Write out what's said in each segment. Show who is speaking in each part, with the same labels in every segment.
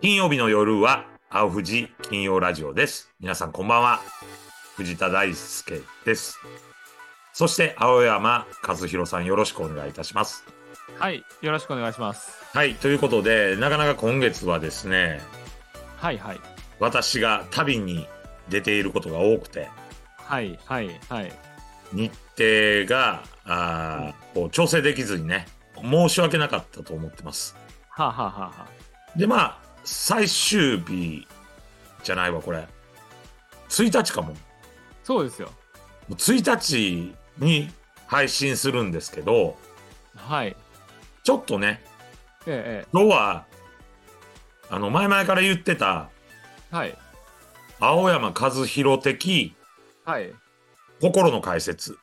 Speaker 1: 金曜日の夜は青富士金曜ラジオです。皆さんこんばんは。藤田大輔です。そして青山和弘さんよろしくお願いいたします。
Speaker 2: はい、よろしくお願いします。
Speaker 1: はい、ということで、なかなか今月はですね、
Speaker 2: はいはい。
Speaker 1: 私が旅に出ていることが多くて、
Speaker 2: はいはいはい。
Speaker 1: 日程が、あーこう調整できずにね、申し訳なかったと思ってます。
Speaker 2: はあ、はあはあはあ、
Speaker 1: で、まあ、最終日じゃないわ、これ。1日かも。も
Speaker 2: そうですよ。
Speaker 1: う1日に配信するんですけど、
Speaker 2: はい。
Speaker 1: ちょっとね、
Speaker 2: えええ
Speaker 1: 今日は、あの、前々から言ってた、
Speaker 2: え、はい。
Speaker 1: 青山和弘的
Speaker 2: はい。
Speaker 1: 心の解説、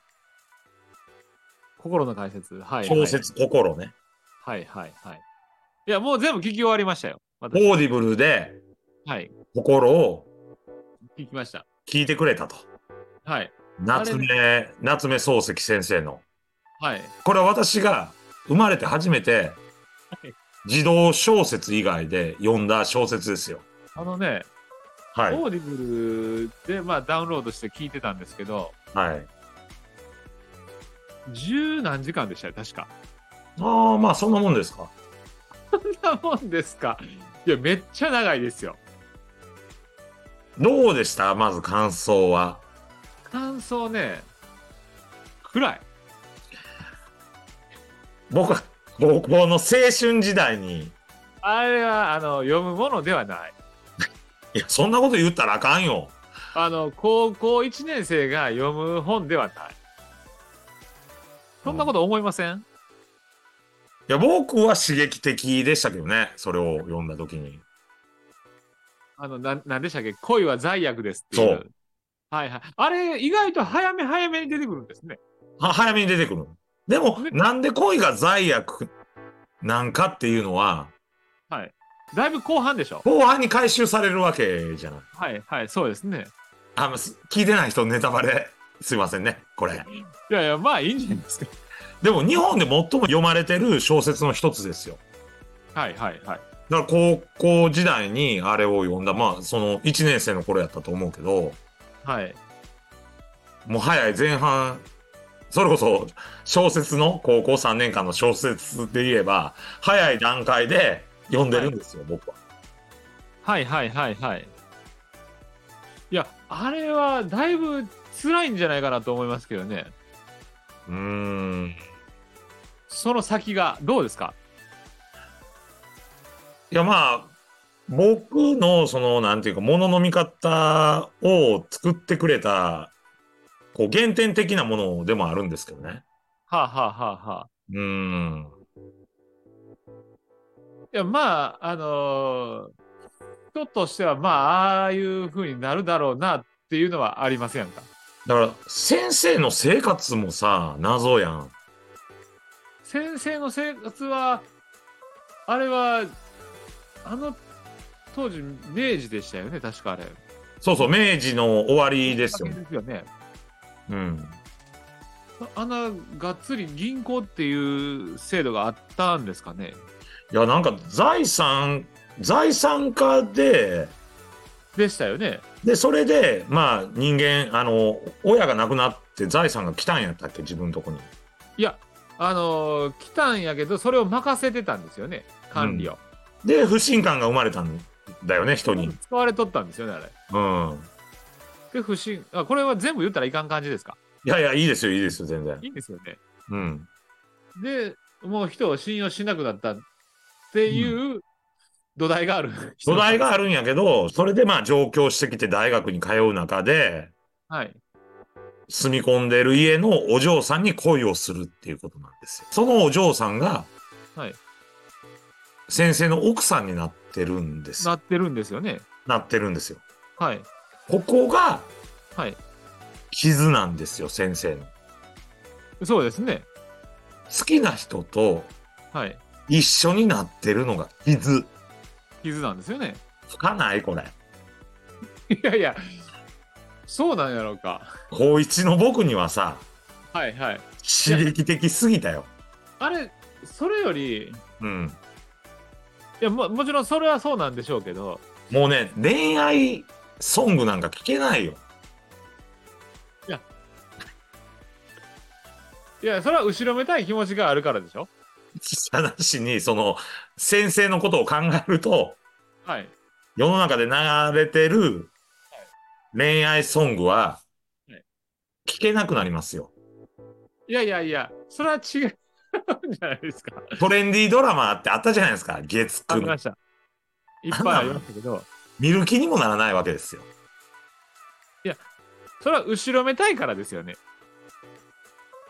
Speaker 2: 心の解説。はい。
Speaker 1: 小説心ね、
Speaker 2: はいはいはい。いや、もう全部聞き終わりましたよ。私
Speaker 1: オーディブルで
Speaker 2: はい。
Speaker 1: 心を
Speaker 2: 聞きました。
Speaker 1: 聞いてくれたと。
Speaker 2: はい。
Speaker 1: 夏目、夏目漱石先生の。
Speaker 2: はい。
Speaker 1: これは私が生まれて初めて
Speaker 2: はい、
Speaker 1: 児童小説以外で読んだ小説ですよ。
Speaker 2: あのね、
Speaker 1: はい。
Speaker 2: オーディブルで、まあ、ダウンロードして聞いてたんですけど、
Speaker 1: はい。
Speaker 2: 十何時間でしたよ、確か。
Speaker 1: ああ、まあそんなもんですか。
Speaker 2: そんなもんですか。いや、めっちゃ長いですよ。
Speaker 1: どうでしたまず感想は。
Speaker 2: 感想ね、暗い。
Speaker 1: 僕は、僕の青春時代に、
Speaker 2: あれは、あの、読むものではない。
Speaker 1: いや、そんなこと言ったらあかんよ。
Speaker 2: あの高校1年生が読む本ではない。そんなこと思いません、
Speaker 1: いや、僕は刺激的でしたけどね。それを読んだ時に。
Speaker 2: あのななんでしたっけ恋は罪悪ですっていう。
Speaker 1: そう
Speaker 2: はいはい。あれ、意外と早め早めに出てくるんですね。
Speaker 1: は、早めに出てくる。でも、なんで恋が罪悪なんかっていうのは、
Speaker 2: だいぶ後半でしょ。
Speaker 1: 後半に回収されるわけじゃない。
Speaker 2: はいはい、そうですね。
Speaker 1: あ、まあす聞いてない人ネタバレ。すいませんね、これ。
Speaker 2: いやいや、まあいいんじゃないですか。
Speaker 1: でも日本で最も読まれてる小説の一つですよ。
Speaker 2: はいはいは
Speaker 1: だ
Speaker 2: い。
Speaker 1: から高校時代にあれを読んだ、まあその1年生の頃やったと思うけど、
Speaker 2: はい。
Speaker 1: もう早い前半、それこそ小説の高校3年間の小説で言えば、早い段階で読んでるんですよ、僕は。
Speaker 2: はいはいはいはい。いや、あれはだいぶ辛いんじゃないかなと思いますけどね。
Speaker 1: うーん。
Speaker 2: その先が、どうですか
Speaker 1: いやまあ、僕のその、なんていうか、ものの見方を作ってくれた、こう、原点的なものでもあるんですけどね。
Speaker 2: はあ、はあはあはあ、
Speaker 1: うーん。
Speaker 2: いや、まあ、あのー人としては、まあ、ああいう風になるだろうなっていうのはありませんか。
Speaker 1: だから、先生の生活もさ、謎やん。
Speaker 2: 先生の生活は、あれは、あの、当時、明治でしたよね、確かあれ。
Speaker 1: そうそう、明治の終わりですよ。
Speaker 2: ですよね。
Speaker 1: うん。
Speaker 2: あんな、がっつり銀行っていう制度があったんですかね。
Speaker 1: いや、なんか、財産、財産家で、
Speaker 2: でしたよね。
Speaker 1: で、それで、まあ、人間、あの、親が亡くなって財産が来たんやったっけ、自分のとこに。
Speaker 2: いや、あのー来たんやけど、それを任せてたんですよね、管理を。
Speaker 1: で、不信感が生まれたんだよね、人に。
Speaker 2: 使われとったんですよね、あれ。
Speaker 1: うん。
Speaker 2: で、不審、あ、これは全部言ったらいかん感じですか
Speaker 1: いやいや、いいですよ、いいですよ、全然。
Speaker 2: いいんですよね。
Speaker 1: うん。
Speaker 2: で、もう人を信用しなくなったっていう土台がある。
Speaker 1: 土台があるんやけど、それでまあ上京してきて大学に通う中で、
Speaker 2: はい。
Speaker 1: 住み込んでる家のお嬢さんに恋をするっていうことなんですよ。そのお嬢さんが、
Speaker 2: はい
Speaker 1: 先生の奥さんになってるんですよ。
Speaker 2: なってるんですよね。
Speaker 1: なってるんですよ。
Speaker 2: はい。
Speaker 1: ここが、
Speaker 2: はい。
Speaker 1: 傷なんですよ、先生の。
Speaker 2: そうですね。
Speaker 1: 好きな人と
Speaker 2: はい。
Speaker 1: 一緒になってるのが傷。
Speaker 2: 傷なんですよね。
Speaker 1: 深ないこれ。
Speaker 2: いやいや、そうなんやろうか。
Speaker 1: 高一の僕にはさ、
Speaker 2: はいはい。
Speaker 1: 刺激的すぎたよ。
Speaker 2: あれ、それより、い
Speaker 1: うん。
Speaker 2: やも、もちろんそれはそうなんでしょうけど、
Speaker 1: もうね、恋愛ソングなんか聞けないよ。
Speaker 2: いや、それは後ろめたい気持ちがあるからでしょ
Speaker 1: ただしに、その、先生のことを考えると、
Speaker 2: はい。
Speaker 1: 世の中で流れてる恋愛ソングは
Speaker 2: はい、
Speaker 1: 聞けなくなりますよ。
Speaker 2: いやいやいや、それは違うん じゃないですか。
Speaker 1: トレンディードラマってあったじゃないですか、月
Speaker 2: あり
Speaker 1: 9
Speaker 2: ま
Speaker 1: の。
Speaker 2: した。いっぱいありましたけど、
Speaker 1: 見る気にもならないわけですよ。
Speaker 2: それは後ろめたいからですよね。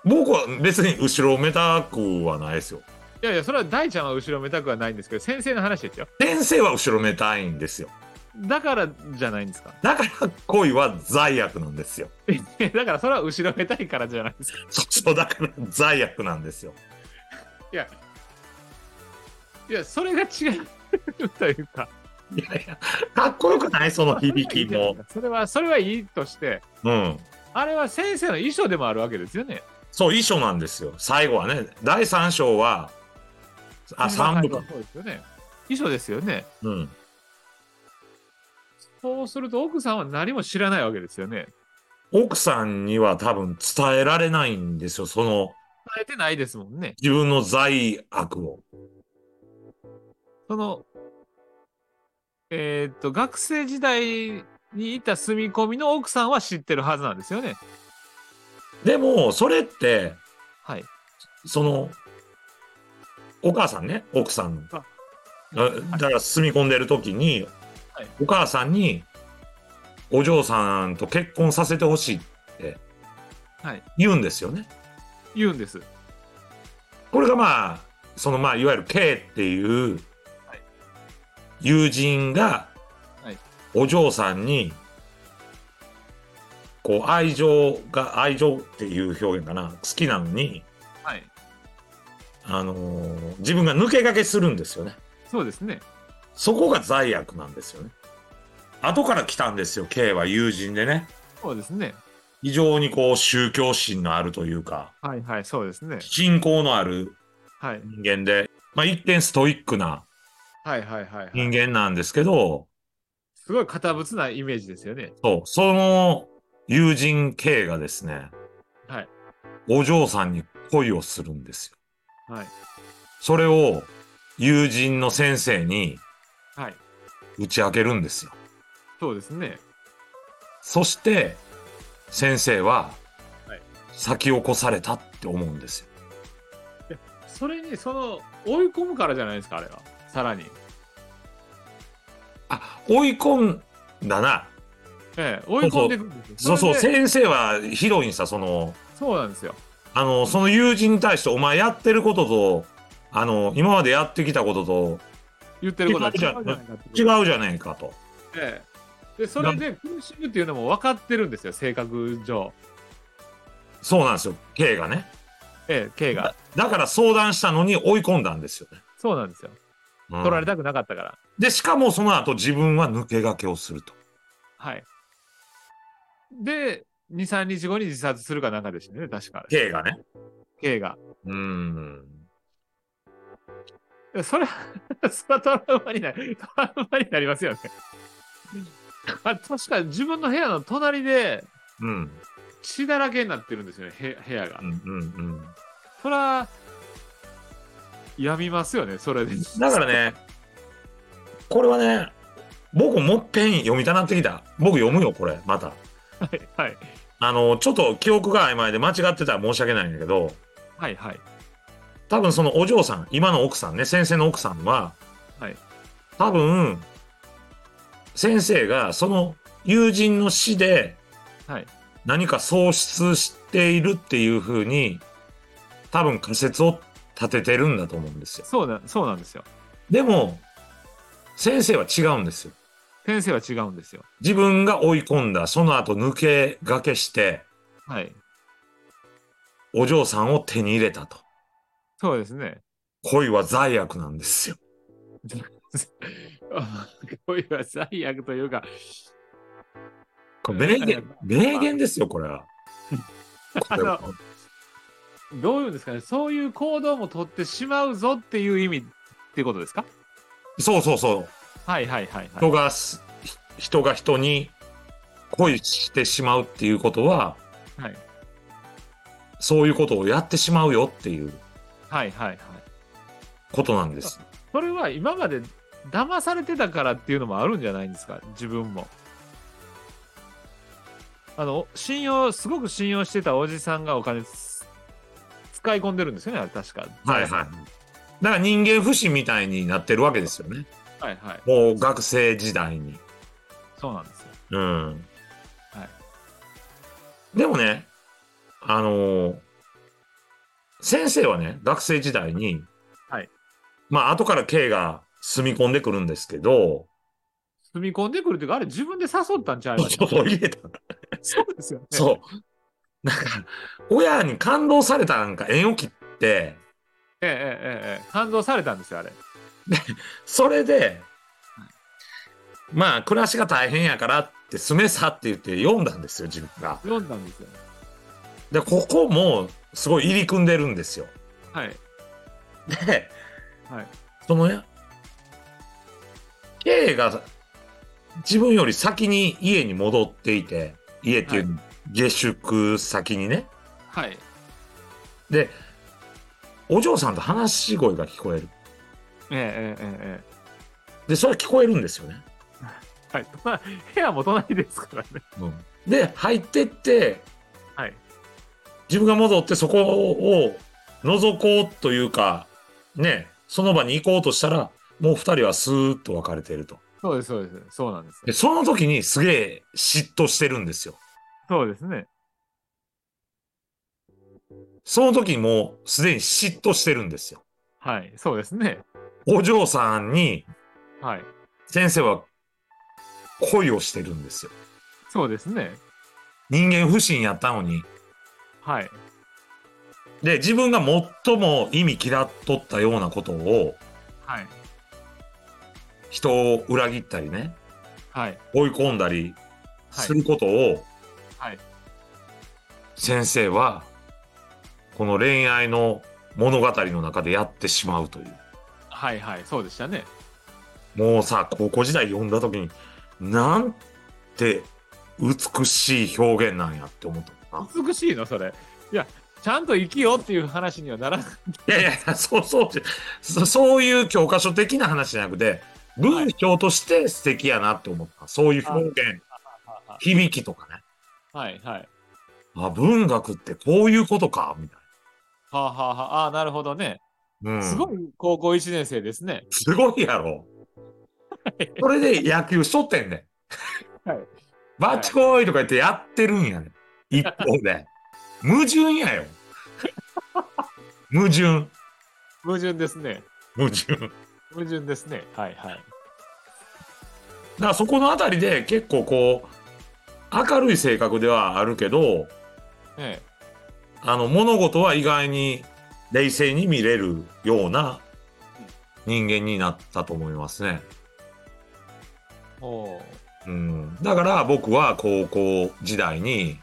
Speaker 1: 僕は別に後ろめたくはないですよ。
Speaker 2: いやいや、それは大ちゃんは後ろめたくはないんですけど、先生の話ですよ。
Speaker 1: 先生は後ろめたいんですよ。
Speaker 2: だからじゃないんですか。
Speaker 1: だから恋は罪悪なんですよ。
Speaker 2: いやだからそれは後ろめたいからじゃないですか。
Speaker 1: そうそう、だから罪悪なんですよ。
Speaker 2: いや、いや、それが違うというか。
Speaker 1: いやいや、かっこよくないその響きも。
Speaker 2: それは、それはいいとして、
Speaker 1: うん。
Speaker 2: あれは先生の衣装でもあるわけですよね。
Speaker 1: そう、衣装なんですよ。最後はね、第三章は、あ、三部か。
Speaker 2: そうですよね。衣装ですよね。
Speaker 1: うん。
Speaker 2: そうすると奥さんは何も知らないわけですよね。
Speaker 1: 奥さんには多分伝えられないんですよ。その、
Speaker 2: 伝えてないですもんね。
Speaker 1: 自分の罪悪を。
Speaker 2: その、えーっと、学生時代にいた住み込みの奥さんは知ってるはずなんですよね。
Speaker 1: でも、それって、
Speaker 2: はい。
Speaker 1: その、お母さんね、奥さん
Speaker 2: あ
Speaker 1: あだから、住み込んでる時に、
Speaker 2: はい
Speaker 1: お母さんに、お嬢さんと結婚させてほしいって
Speaker 2: はい
Speaker 1: 言うんですよね。
Speaker 2: 言うんです。
Speaker 1: これがまあ、そのまあ、いわゆる K っていう
Speaker 2: はい
Speaker 1: 友人が
Speaker 2: はい、
Speaker 1: お嬢さんに、こう、愛情が、愛情っていう表現かな、好きなのに、
Speaker 2: はい。
Speaker 1: あのー自分が抜け駆けするんですよね。
Speaker 2: そうですね。
Speaker 1: そこが罪悪なんですよね。後から来たんですよ、K は友人でね。
Speaker 2: そうですね。
Speaker 1: 非常にこう、宗教心のあるというか、
Speaker 2: はいはい、そうですね。
Speaker 1: 信仰のある
Speaker 2: はい。
Speaker 1: 人間で、まあ一見ストイックな
Speaker 2: はいはいはい、はい。
Speaker 1: 人間なんですけど、
Speaker 2: すごい堅物なイメージですよね。
Speaker 1: そう、その友人 K がですね、
Speaker 2: はい。
Speaker 1: お嬢さんに恋をするんですよ。
Speaker 2: はい。
Speaker 1: それを友人の先生に
Speaker 2: はい。
Speaker 1: 打ち明けるんですよ。
Speaker 2: そうですね。
Speaker 1: そして、先生は
Speaker 2: はい、
Speaker 1: 先を越されたって思うんですよ。
Speaker 2: それに、その、追い込むからじゃないですか、あれは。さらに。
Speaker 1: あ、追い込んだな。
Speaker 2: ええ、追い込んでいくんです
Speaker 1: そう
Speaker 2: よ。
Speaker 1: そう、
Speaker 2: れで
Speaker 1: 先生はヒロインさ、その、
Speaker 2: そうなんですよ。
Speaker 1: あの、その友人に対して、お前やってることと、あの、今までやってきたことと
Speaker 2: 言ってることは違うじゃないか
Speaker 1: 違
Speaker 2: う。
Speaker 1: うじゃねえかと。
Speaker 2: ええで、それで苦しむっていうのも分かってるんですよ、性格上。
Speaker 1: そうなんですよ、K がね。
Speaker 2: ええ、K が。
Speaker 1: だから相談したのに追い込んだんですよね。
Speaker 2: そうなんですよ。
Speaker 1: うん
Speaker 2: 取られたくなかったから。
Speaker 1: で、しかもその後自分は抜け駆けをすると。
Speaker 2: はい。で、2、3日後に自殺するかなんかでしたよね、確か。
Speaker 1: K がね。
Speaker 2: K が。
Speaker 1: うーん。
Speaker 2: いやそれ は、それはトラウマになる、 トラウマになりますよね。あ確か自分の部屋の隣で
Speaker 1: うん。
Speaker 2: 血だらけになってるんですよね、へ部屋が
Speaker 1: うん。うんうん。
Speaker 2: そら、やみますよね、それで。
Speaker 1: だからね、これはね、僕もっぺん読みたなってきた。僕読むよ、これ、また。
Speaker 2: はい、はい、
Speaker 1: あの、ちょっと記憶が曖昧で間違ってたら申し訳ないんだけど、
Speaker 2: はい、はい。
Speaker 1: 多分そのお嬢さん、今の奥さんね、先生の奥さんは、
Speaker 2: はい
Speaker 1: 多分、先生がその友人の死で、
Speaker 2: はい
Speaker 1: 何か喪失しているっていうふうに、多分仮説を立ててるんだと思うんですよ。
Speaker 2: そうな、そうなんですよ。
Speaker 1: でも、先生は違うんですよ。
Speaker 2: 先生は違うんですよ。
Speaker 1: 自分が追い込んだ、その後抜け駆けして、
Speaker 2: はい。
Speaker 1: お嬢さんを手に入れたと。
Speaker 2: そうですね。
Speaker 1: 恋は罪悪なんですよ。
Speaker 2: 恋は最悪というか、
Speaker 1: これ名
Speaker 2: ありがと
Speaker 1: 言
Speaker 2: う、
Speaker 1: 名言ですよ、これは。これは
Speaker 2: どういうんですかね、そういう行動も取ってしまうぞっていう意味っていうことですか
Speaker 1: そうそうそう。
Speaker 2: はいはいはい、はい。
Speaker 1: 人がす、ひ人が人に恋してしまうっていうことは、
Speaker 2: はい
Speaker 1: そういうことをやってしまうよっていう
Speaker 2: はいはいはい。
Speaker 1: ことなんです。
Speaker 2: それは今まで騙されてたからっていうのもあるんじゃないんですか自分も。あの、信用、すごく信用してたおじさんがお金つ使い込んでるんですよね、あれ確か。
Speaker 1: はいはい。だから人間不信みたいになってるわけですよね。
Speaker 2: はいはい。
Speaker 1: もう学生時代に。
Speaker 2: そうなんですよ。
Speaker 1: うん。でもね、あのー先生はね、学生時代に、
Speaker 2: はい。
Speaker 1: まあ、後から K が住み込んでくるんですけど、
Speaker 2: 住み込んでくるというか、あれ自分で誘ったんちゃいます
Speaker 1: そう入れた。
Speaker 2: そうですよね。
Speaker 1: そう。なんか、親に感動されたなんか縁を切って、
Speaker 2: ええええええ。感動されたんですよ、あれ。
Speaker 1: それで、まあ、暮らしが大変やからって、すめさって言って読んだんですよ、自分が。
Speaker 2: 読んだんですよね。
Speaker 1: で、ここも、すごい入り組んでるんですよ。
Speaker 2: はい。
Speaker 1: で、
Speaker 2: はい
Speaker 1: そのね、K が自分より先に家に戻っていて、家っていう、下宿先にね。
Speaker 2: はい。
Speaker 1: で、お嬢さんと話し声が聞こえる。
Speaker 2: ええええええ。
Speaker 1: で、それ聞こえるんですよね。
Speaker 2: はい、 まあ部屋も隣ですからね。
Speaker 1: うんで、入ってって、
Speaker 2: はい。
Speaker 1: 自分が戻ってそこを覗こうというか、ね、その場に行こうとしたら、もう二人はスーッと別れてると。
Speaker 2: そうです、そうです。そうなんです
Speaker 1: で、。その時にすげえ嫉妬してるんですよ。
Speaker 2: そうですね。
Speaker 1: その時もうすでに嫉妬してるんですよ。
Speaker 2: はい。そうですね。
Speaker 1: お嬢さんに
Speaker 2: はい。
Speaker 1: 先生は恋をしてるんですよ。
Speaker 2: そうですね。
Speaker 1: 人間不信やったのに。
Speaker 2: はい。
Speaker 1: で、自分が最も意味嫌っとったようなことを、
Speaker 2: はい。
Speaker 1: 人を裏切ったりね、
Speaker 2: はい。
Speaker 1: 追い込んだり
Speaker 2: はい
Speaker 1: することを、
Speaker 2: はい
Speaker 1: 先生は、この恋愛の物語の中でやってしまうという。
Speaker 2: はい。はい。そうでしたね。
Speaker 1: もうさ、高校時代読んだ時に、なんて美しい表現なんやって思ったな。
Speaker 2: 美しいの、それ。いや、ちゃんと生きようっていう話にはならない。
Speaker 1: いやいや、そうそうじゃそ、そういう教科書的な話じゃなくて、文章として素敵やなって思った。そういう表現
Speaker 2: ああ、
Speaker 1: 響きとかね。
Speaker 2: はい。はい。
Speaker 1: あ、文学ってこういうことか、みたい
Speaker 2: はあ、はあ、はあ、ああ、なるほどね。
Speaker 1: な。うん、
Speaker 2: すごい高校1年生ですね。
Speaker 1: すごいやろ。それで野球しとってんねん。
Speaker 2: はい
Speaker 1: バッチコーイとか言ってやってるんやねん。一方で。矛盾やよ。矛盾。
Speaker 2: 矛盾ですね。
Speaker 1: 矛盾。だか
Speaker 2: 矛盾ですね。はい。はい。
Speaker 1: らそこのあたりで結構こう、明るい性格ではあるけど、
Speaker 2: ええ。
Speaker 1: あの、物事は意外に冷静に見れるような人間になったと思いますね。
Speaker 2: おー
Speaker 1: うん、だから僕は高校時代に、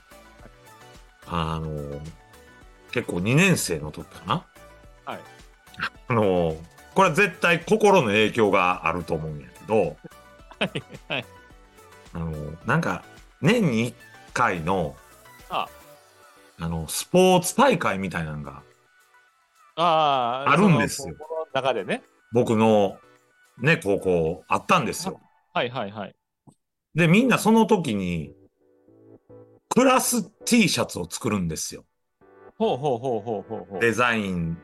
Speaker 1: あの、結構2年生の時かな。
Speaker 2: はい。
Speaker 1: あの、これは絶対心の影響があると思うんやけど、
Speaker 2: はいはい
Speaker 1: あの、なんか、年に1回の、
Speaker 2: あ
Speaker 1: あの、スポーツ大会みたいなのが、
Speaker 2: ああ、
Speaker 1: あるんですよ
Speaker 2: その心の中でね。
Speaker 1: 僕の、ね、高校あったんですよ。
Speaker 2: はいはいはい。
Speaker 1: で、みんなその時に、クラス T シャツを作るんですよ。
Speaker 2: ほうほうほうほうほうほう。
Speaker 1: デザイン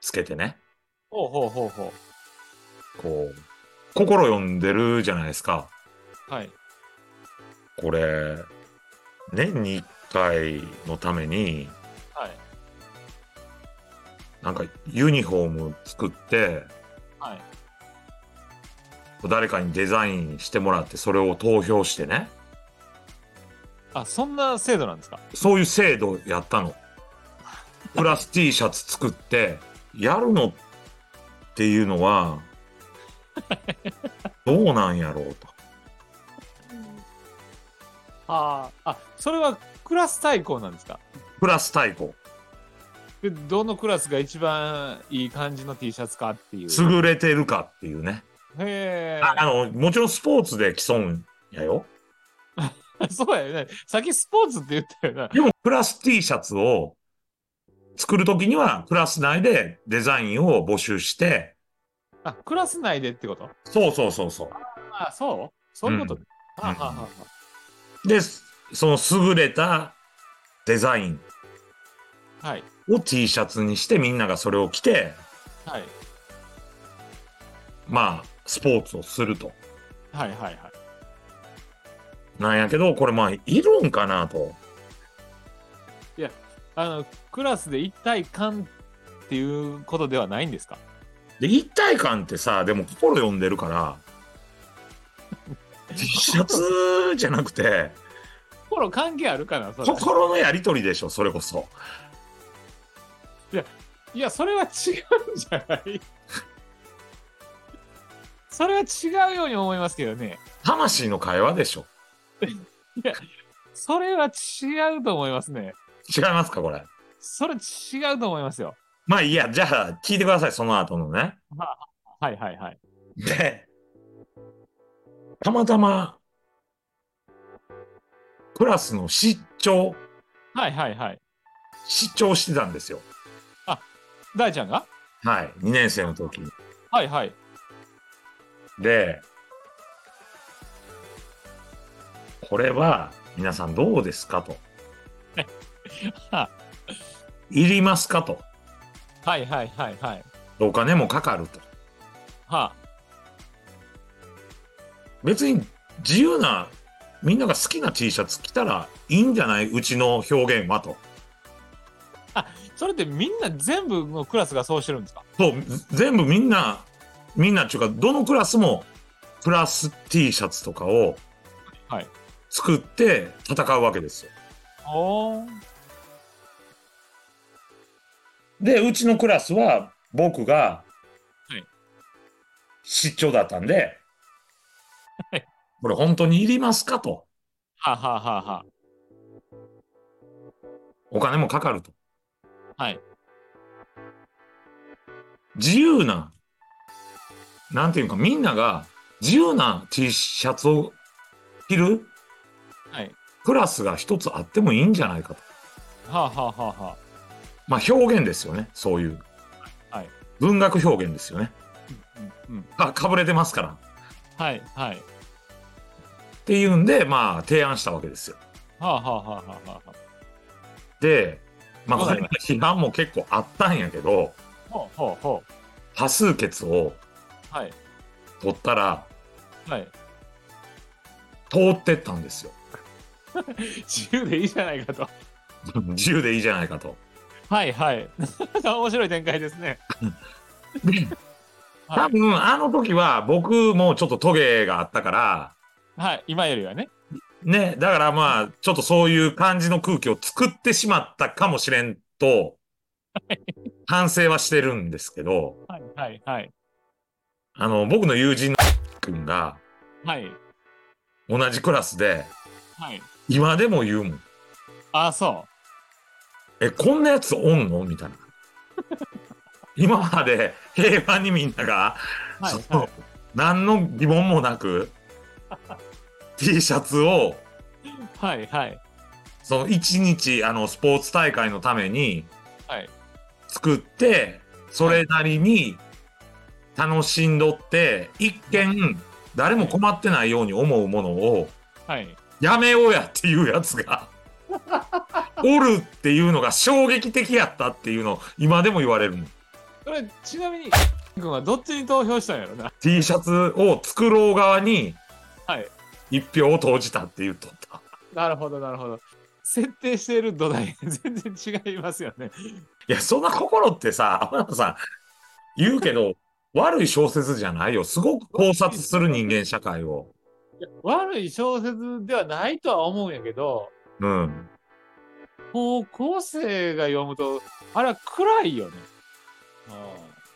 Speaker 1: つけてね、
Speaker 2: ほうほうほうほ
Speaker 1: こう、心読んでるじゃないですか。
Speaker 2: う。はい。
Speaker 1: これ、年に1回のために、
Speaker 2: はい。
Speaker 1: なんかユニフォーム作って、
Speaker 2: はい。
Speaker 1: 誰かにデザインしてもらって、それを投票してね、
Speaker 2: あ、そんな制度なんですか
Speaker 1: そういう制度やったの。プラス T シャツ作って、やるのっていうのは、どうなんやろうと。
Speaker 2: ああ、あ、それはクラス対抗なんですか
Speaker 1: プラス対抗。
Speaker 2: でどのクラスが一番いい感じの T シャツかっていう。
Speaker 1: 優れてるかっていうね。
Speaker 2: へ
Speaker 1: ああの、もちろんスポーツで競うんやよ。
Speaker 2: え。 そうやよね。さっきスポーツって言ったよな。
Speaker 1: でも、クラス T シャツを作るときには、クラス内でデザインを募集して、
Speaker 2: あ、クラス内でってこと
Speaker 1: そうそうそうそう。
Speaker 2: あ、そうそういうことね。
Speaker 1: ん
Speaker 2: はあはあはあ
Speaker 1: で、その優れたデザイン
Speaker 2: はあはい。
Speaker 1: を T シャツにして、みんながそれを着て、
Speaker 2: はい。
Speaker 1: まあ、スポーツをすると。
Speaker 2: はいはいはい。
Speaker 1: なんやけど、これまあ、いるんかなと。
Speaker 2: あの、クラスで一体感っていうことではないんですか
Speaker 1: で、一体感ってさ、でも心読んでるから、T シャツじゃなくて、
Speaker 2: 心関係あるかなそれ
Speaker 1: 心のやりとりでしょ、それこそ。
Speaker 2: いや、それは違うんじゃない それは違うように思いますけどね。
Speaker 1: 魂の会話でしょ。
Speaker 2: それは違うと思いますね。
Speaker 1: 違いますか、これ。
Speaker 2: それ違うと思いますよ。
Speaker 1: まあいいや、じゃあ聞いてください、その後のね。
Speaker 2: はいはいはい。
Speaker 1: で、たまたま、クラスの失調、
Speaker 2: はいはいはい。
Speaker 1: 失調してたんですよ。
Speaker 2: 大ちゃんが
Speaker 1: はい、2年生の時に。
Speaker 2: はいはい。
Speaker 1: で、これは皆さんどうですかと。
Speaker 2: はい
Speaker 1: りますかと。
Speaker 2: はいはいはいはい。
Speaker 1: お金もかかると。
Speaker 2: は
Speaker 1: 別に自由な、みんなが好きな T シャツ着たらいいんじゃないうちの表現はと。
Speaker 2: あ、それってみんな全部のクラスがそうしてるんですか
Speaker 1: そう、ず全部みんな、みんなっていうか、どのクラスも、プラス T シャツとかを
Speaker 2: はい、
Speaker 1: 作って戦うわけですよ。
Speaker 2: おー
Speaker 1: で、うちのクラスは、僕が
Speaker 2: はい、
Speaker 1: 失調だったんで
Speaker 2: はい、
Speaker 1: これ本当にいりますかと。
Speaker 2: はあ、はあはあは
Speaker 1: お金もかかると。
Speaker 2: あ、はい。
Speaker 1: 自由な、なんていうか、みんなが自由な T シャツを着る
Speaker 2: はい。
Speaker 1: クラスが一つあってもいいんじゃないかと。
Speaker 2: はあ、はあはあは
Speaker 1: まあ表現ですよね、そういう。
Speaker 2: はい
Speaker 1: 文学表現ですよね。
Speaker 2: あ、うんうんうん。
Speaker 1: あ、かぶれてますから。っ
Speaker 2: はいはい。
Speaker 1: ていうんで、まあ提案したわけですよ。
Speaker 2: はあ、はあはあはあはあ。
Speaker 1: で、まあ
Speaker 2: そう
Speaker 1: こ
Speaker 2: だ
Speaker 1: れ
Speaker 2: ね
Speaker 1: に批判も結構あったんやけど、
Speaker 2: ほうほうほう。
Speaker 1: 多数決を
Speaker 2: はい
Speaker 1: 取ったら
Speaker 2: はい。
Speaker 1: 通ってったんですよ。
Speaker 2: 自由でいいじゃないかと。
Speaker 1: 自由でいいじゃないかと。
Speaker 2: はいはい。 なんか面白い展開ですね。
Speaker 1: で
Speaker 2: は
Speaker 1: 多
Speaker 2: い
Speaker 1: 分あの時は僕もちょっとトゲがあったから、
Speaker 2: はい、今よりはね。
Speaker 1: ね、だからまあ、ちょっとそういう感じの空気を作ってしまったかもしれんと、反省はしてるんですけど、
Speaker 2: はいはいはい。
Speaker 1: あの、僕の友人の君が
Speaker 2: はい
Speaker 1: 同じクラスで、
Speaker 2: はい。
Speaker 1: 今でも言うもん。
Speaker 2: あ、そ
Speaker 1: え、こんなやつおんのみ たいな。今まで平和にみんなが、
Speaker 2: う。はい
Speaker 1: その何の疑問もな く、T シャツを、
Speaker 2: はいはい
Speaker 1: その一日、あの、スポーツ大会のために
Speaker 2: はい。
Speaker 1: 作って、それなりに楽しんどって、一見、誰も困ってないように思うものを、
Speaker 2: はい。
Speaker 1: やめようやっていうやつ がおるっていうのが衝撃的やったっていうのを今でも言われるもん
Speaker 2: これ、ちなみに、君はどっちに投票したんやろな。
Speaker 1: T シャツを作ろう側に
Speaker 2: はい
Speaker 1: 一票を投じたって言っとった、
Speaker 2: なるほどなるほど。設定している土台、 全然違いますよね。
Speaker 1: い、やそんな心ってさ天野さん言うけど 悪い小説じゃないよすごく考察する人間社会を
Speaker 2: 悪い小説ではないとは思うんやけど、
Speaker 1: うん
Speaker 2: 高校生が読むと、あれは暗いよね。あ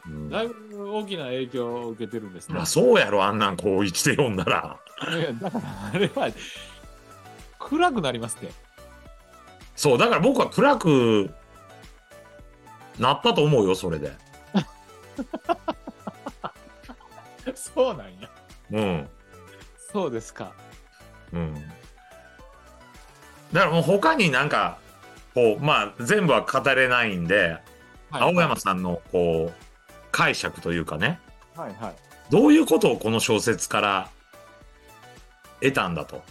Speaker 1: う
Speaker 2: あ
Speaker 1: ん
Speaker 2: だいぶ大きな影響を受けてるんですね。
Speaker 1: まあそうやろあんなんこう生きて読んだら
Speaker 2: いやだからあれは暗くなりますね。
Speaker 1: そうだから僕は暗くなったと思うよ、それで。
Speaker 2: そうなんや。
Speaker 1: うん。
Speaker 2: そうですか。
Speaker 1: うん。だからもう他になんか、こう、まあ、全部は語れないんで、
Speaker 2: はい
Speaker 1: 青山さんの、こう、解釈というかね、
Speaker 2: はいはい。
Speaker 1: どういうことをこの小説から得たんだと。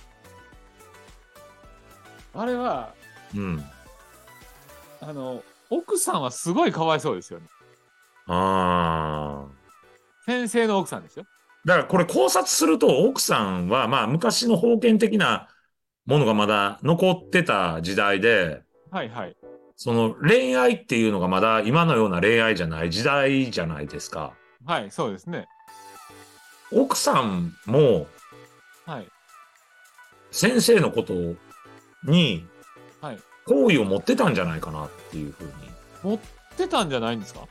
Speaker 2: あれは、
Speaker 1: うん。
Speaker 2: あの、奥さんはすごいかわいそうですよね。
Speaker 1: あー
Speaker 2: 先生の奥さんですよ。
Speaker 1: だからこれ考察すると奥さんはまあ昔の封建的なものがまだ残ってた時代で、
Speaker 2: はいはい。
Speaker 1: その恋愛っていうのがまだ今のような恋愛じゃない時代じゃないですか。
Speaker 2: はい、そうですね。
Speaker 1: 奥さんも
Speaker 2: はい。
Speaker 1: 先生のことに
Speaker 2: はい
Speaker 1: 好意を持ってたんじゃないかなっていうふうに。
Speaker 2: ってたんじゃないんですか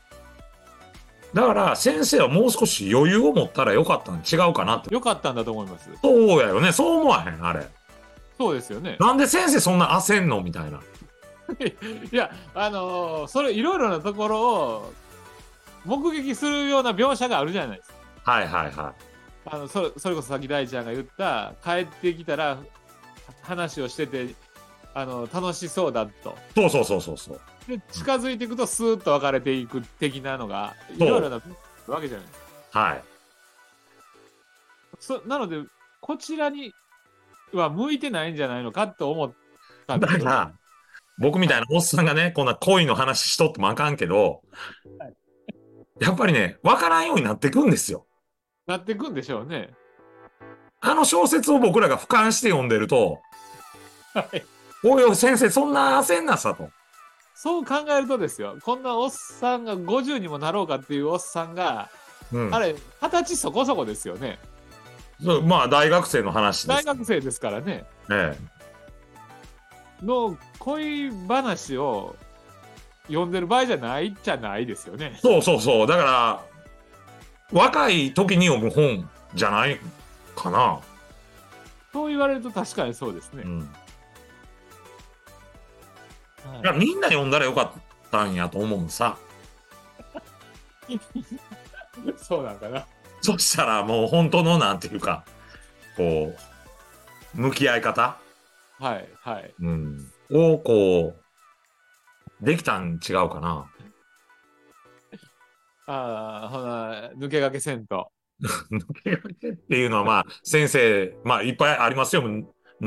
Speaker 1: だから先生はもう少し余裕を持ったらよかったん違うかなって。
Speaker 2: よかったんだと思います。
Speaker 1: そうやよね。そう思わへんあれ。
Speaker 2: そうですよね。
Speaker 1: なんで先生そんな焦んのみたいな。
Speaker 2: いや、あのーそれいろいろなところを目撃するような描写があるじゃないですか。
Speaker 1: はいはいは
Speaker 2: あのそれそれこそさっき大ちゃんが言った帰ってきたらは話をしててあの楽しそうだと
Speaker 1: い。そうそうそうそうそう。
Speaker 2: で近づいていくとスーッと別れていく的なのがい
Speaker 1: そう
Speaker 2: ろいろなわけじゃないですか
Speaker 1: はい。
Speaker 2: そなのでこちらには向いてないんじゃないのかと思ったんで
Speaker 1: だ
Speaker 2: す
Speaker 1: か
Speaker 2: よ
Speaker 1: ら、僕みたいなおっさんがね、こんな恋の話しとってもあかんけど、やっぱりね、わからんようになってくんですよ。
Speaker 2: なっていくんでしょうね。
Speaker 1: あの小説を僕らが俯瞰して読んでると、
Speaker 2: はい
Speaker 1: おいおい先生、そんな焦んなさと。
Speaker 2: そう考えるとですよこんなおっさんが50にもなろうかっていうおっさんが、
Speaker 1: うん、
Speaker 2: あれ二十歳そこそこですよね
Speaker 1: そうまあ、大学生の話で
Speaker 2: 大
Speaker 1: す。
Speaker 2: 学生ですからね。
Speaker 1: え
Speaker 2: の恋話を読んでる場合じゃないじゃないですよね
Speaker 1: え。そうそうそう。だから、若い時に読む本じゃないかな。
Speaker 2: そう言われると確かにそうですね
Speaker 1: う。ん。だか
Speaker 2: は
Speaker 1: らみんな読んだらよかったんやと思うさ。
Speaker 2: い、そうなんかな。
Speaker 1: そしたらもう本当のなんていうか、こう、向き合い方、
Speaker 2: はいはい。
Speaker 1: うん、をこう、できたん違うかな。
Speaker 2: ああ、ほな、抜け駆けせんと。
Speaker 1: 抜け駆けっていうのはまあ先生、まあいっぱいありますよ、抜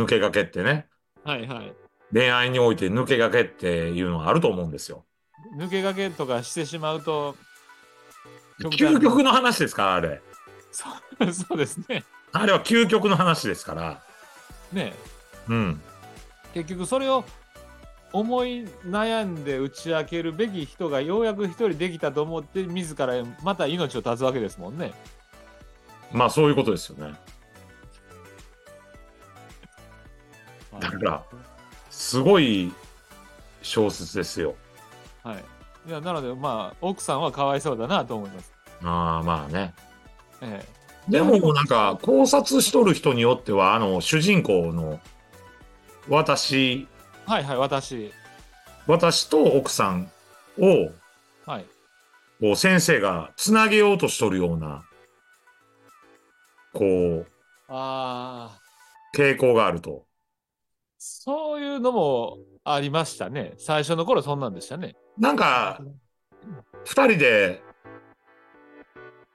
Speaker 1: け駆けってね。
Speaker 2: はいはい。
Speaker 1: 恋愛において抜け駆けっていうのはあると思うんですよ。
Speaker 2: 抜け駆けとかしてしまうと、
Speaker 1: 究極の話ですから、あれ。
Speaker 2: そうそうですね。
Speaker 1: あれは究極の話ですから。
Speaker 2: ね
Speaker 1: うん。
Speaker 2: 結局それを思い悩んで打ち明けるべき人がようやく一人できたと思って、自らまた命を絶つわけですもんね。
Speaker 1: まあそういうことですよね。だから、すごい小説ですよ。
Speaker 2: はい。いや、なので、まあ、奥さんはかわいそうだなと思います。
Speaker 1: ああ、まあね。
Speaker 2: え
Speaker 1: でもなんか考察しとる人によってはあの主人公の私
Speaker 2: えはいはい、私。
Speaker 1: 私と奥さんを
Speaker 2: はい。
Speaker 1: こう先生がつなげようとしとるようなこう
Speaker 2: ああ、
Speaker 1: 傾向があると。
Speaker 2: そういうのもありましたね。最初の頃、そんなんでしたね。
Speaker 1: なんか二人で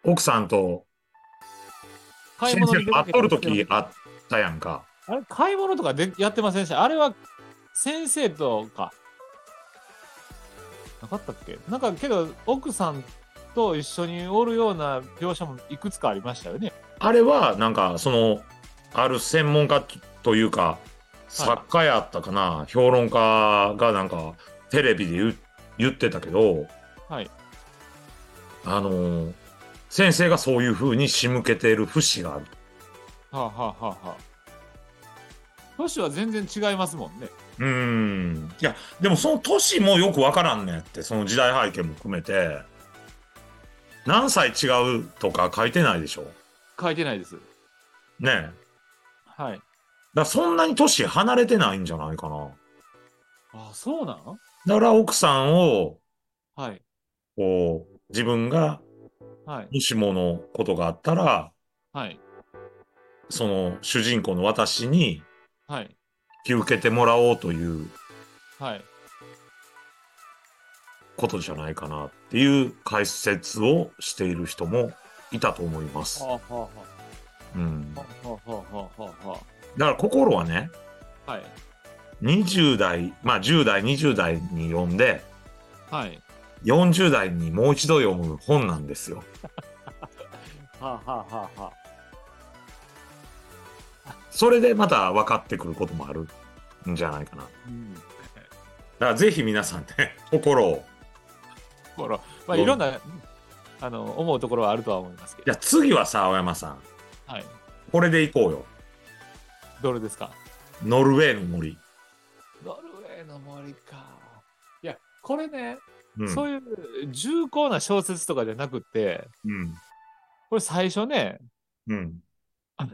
Speaker 1: 奥さんと
Speaker 2: 買い
Speaker 1: 先
Speaker 2: 物
Speaker 1: 生
Speaker 2: に出
Speaker 1: が
Speaker 2: か
Speaker 1: 会っ
Speaker 2: け
Speaker 1: とる
Speaker 2: たり
Speaker 1: 時あったやんか。
Speaker 2: あれ、買い物とかでやってませんでした。あれは、先生とか。なかったっけなんか、けど、奥さんと一緒におるような描写もいくつかありましたよね。
Speaker 1: あれはなんかそのある専門家というか作家やったかな、評論家がなんかテレビで言う言ってたけど、
Speaker 2: はい
Speaker 1: あのー先生がそういうふうに仕向けている節がある
Speaker 2: はあ、はあはあはあ、年は全然違いますもんね。
Speaker 1: うーんいやでもその年もよくわからんねんってその時代背景も含めて何歳違うとか書いてないでしょ
Speaker 2: 書いてないです。
Speaker 1: ねえだか
Speaker 2: はい。
Speaker 1: らそんなに年離れてないんじゃないかな
Speaker 2: あ、そうなん
Speaker 1: だから奥さんを
Speaker 2: はい。
Speaker 1: こう、自分が
Speaker 2: はい。
Speaker 1: もしものことがあったら、
Speaker 2: はい。
Speaker 1: その主人公の私に
Speaker 2: はい。
Speaker 1: 引き受けてもらおうという
Speaker 2: はい。
Speaker 1: ことじゃないかなっていう解説をしている人もいたと思います。
Speaker 2: はあは
Speaker 1: うん、
Speaker 2: あ
Speaker 1: だ
Speaker 2: はあはあはあはあはあは
Speaker 1: から心はね、
Speaker 2: あ。はい。
Speaker 1: 20代、まあ10代、20代に読んで、
Speaker 2: はい。
Speaker 1: 40代にもう一度読む本なんですよ。
Speaker 2: はあはあはあは
Speaker 1: それでまた分かってくることもあるんじゃないかな。だ
Speaker 2: あ。うん。
Speaker 1: からぜひ皆さん ね、心を。
Speaker 2: ところまあ、いろんな、あの、思うところはあるとは思いますけ
Speaker 1: じ
Speaker 2: ど。
Speaker 1: ゃあ次はさ、青山さん、
Speaker 2: はい。
Speaker 1: これでいこうよ。
Speaker 2: どれですか
Speaker 1: ノルウェーの森。
Speaker 2: ノルウェーの森か。いや、これね、
Speaker 1: うん、
Speaker 2: そういう重厚な小説とかじゃなくて、
Speaker 1: うん。
Speaker 2: これ最初ね、
Speaker 1: うん。
Speaker 2: あ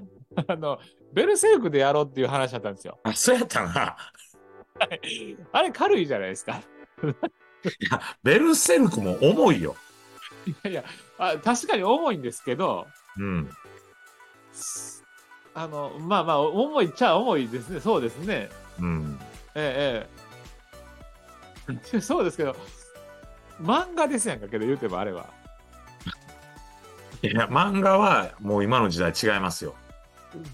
Speaker 2: の、ベルセルクでやろうっていう話だったんですよ。
Speaker 1: あ、そうやったな。
Speaker 2: あれ軽いじゃないですか。
Speaker 1: いや、ベルセルクも重いよ。
Speaker 2: いやいや、あ確かに重いんですけど、
Speaker 1: うん。
Speaker 2: すあの、まあまあ、重いっちゃ重いですね。そうですね。
Speaker 1: うん。
Speaker 2: えええ え。そうですけど、漫画ですやんかけど、言うてもあれは。
Speaker 1: いや、漫画はもう今の時代違いますよ。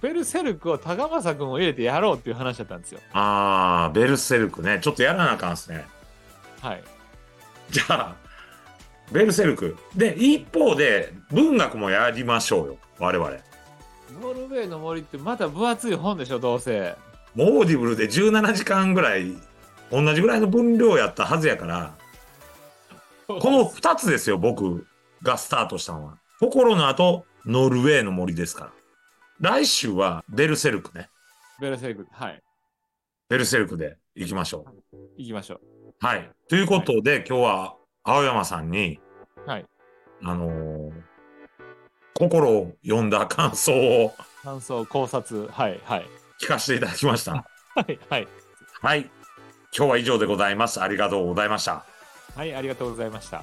Speaker 2: ベルセルクを高政君を入れてやろうっていう話だったんですよ。
Speaker 1: あー、ベルセルクね。ちょっとやらなあかんっすね。
Speaker 2: はい。
Speaker 1: じゃあ、ベルセルク。で、一方で、文学もやりましょうよ。我々。
Speaker 2: ノルウェーの森ってまた分厚い本でしょ、どうせ。
Speaker 1: もうオーディブルで17時間ぐらい、同じぐらいの分量やったはずやから、
Speaker 2: こ
Speaker 1: この2つですよ、僕がスタートしたのは。心の後、ノルウェーの森ですから。来週は、ベルセルクね。
Speaker 2: ベルセルク、はい。
Speaker 1: ベルセルクで行きましょ
Speaker 2: 行きましょう。
Speaker 1: う。はい。ということで、今日は、青山さんに、
Speaker 2: はい。
Speaker 1: あのー心を読んだ感想を
Speaker 2: 感想、考察、はい、はい。
Speaker 1: 聞かせていただきました。
Speaker 2: はい、はい。
Speaker 1: はい。今日は以上でございます。ありがとうございました。
Speaker 2: はい、ありがとうございました。